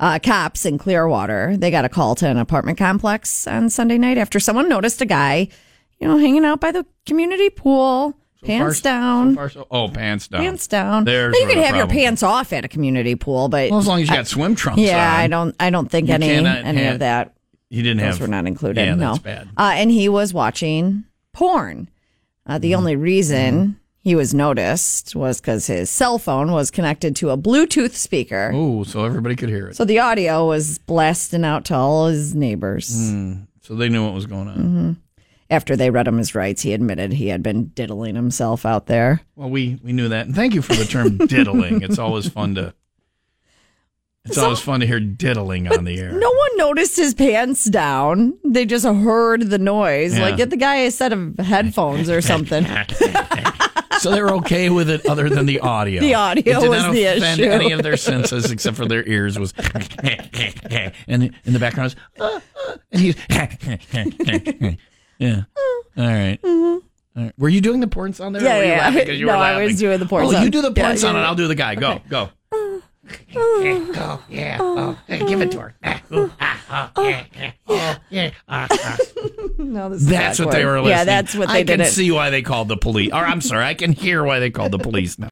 Uh, cops in Clearwater, they got a call to an apartment complex on Sunday night after someone noticed a guy, you know, hanging out by the community pool, pants Far- down. so far so- oh, pants down. Pants down. There's Well, you where can the have your problem- pants off at a community pool, but Well, as long as you got swim trunks on. yeah, I don't, I don't think You any, any cannot have- of that You didn't those have. were not included. Yeah, no. that's bad. Uh, and he was watching porn. Uh, Mm-hmm. the only reason he was noticed was because his cell phone was connected to a Bluetooth speaker. Oh, so everybody could hear it. So, So the audio was blasting out to all his neighbors. Hmm. they knew what was going on. Mm-hmm. After they read him his rights, he admitted he had been diddling himself out there. Well, we we knew that, and thank you for the term diddling. It's always fun to. It's always fun to hear diddling on the air. No one noticed his pants down. They just heard the noise. Yeah. Like, get the guy a set of headphones or something. so they're okay with it, other than the audio. The audio it did was not the offend issue. Any of their senses, except for their ears, was and in the background was uh, uh, and he's yeah. All right. All right. Were you doing the porn sound there? or Yeah, were you yeah, laughing yeah. 'cause you No, were I was laughing? doing the porn oh, sound. You do the porn Yeah, sound, yeah, and yeah. I'll do the guy. Go, go. Oh, yeah. Oh, hey, give it to her. Ah, ooh, ah, ah, yeah, yeah, oh, yeah, ah, ah. No, this is That's what they backward. were listening. Yeah, that's what they I did. can it. see why they called the police. Or I'm sorry, I can hear why they called the police now.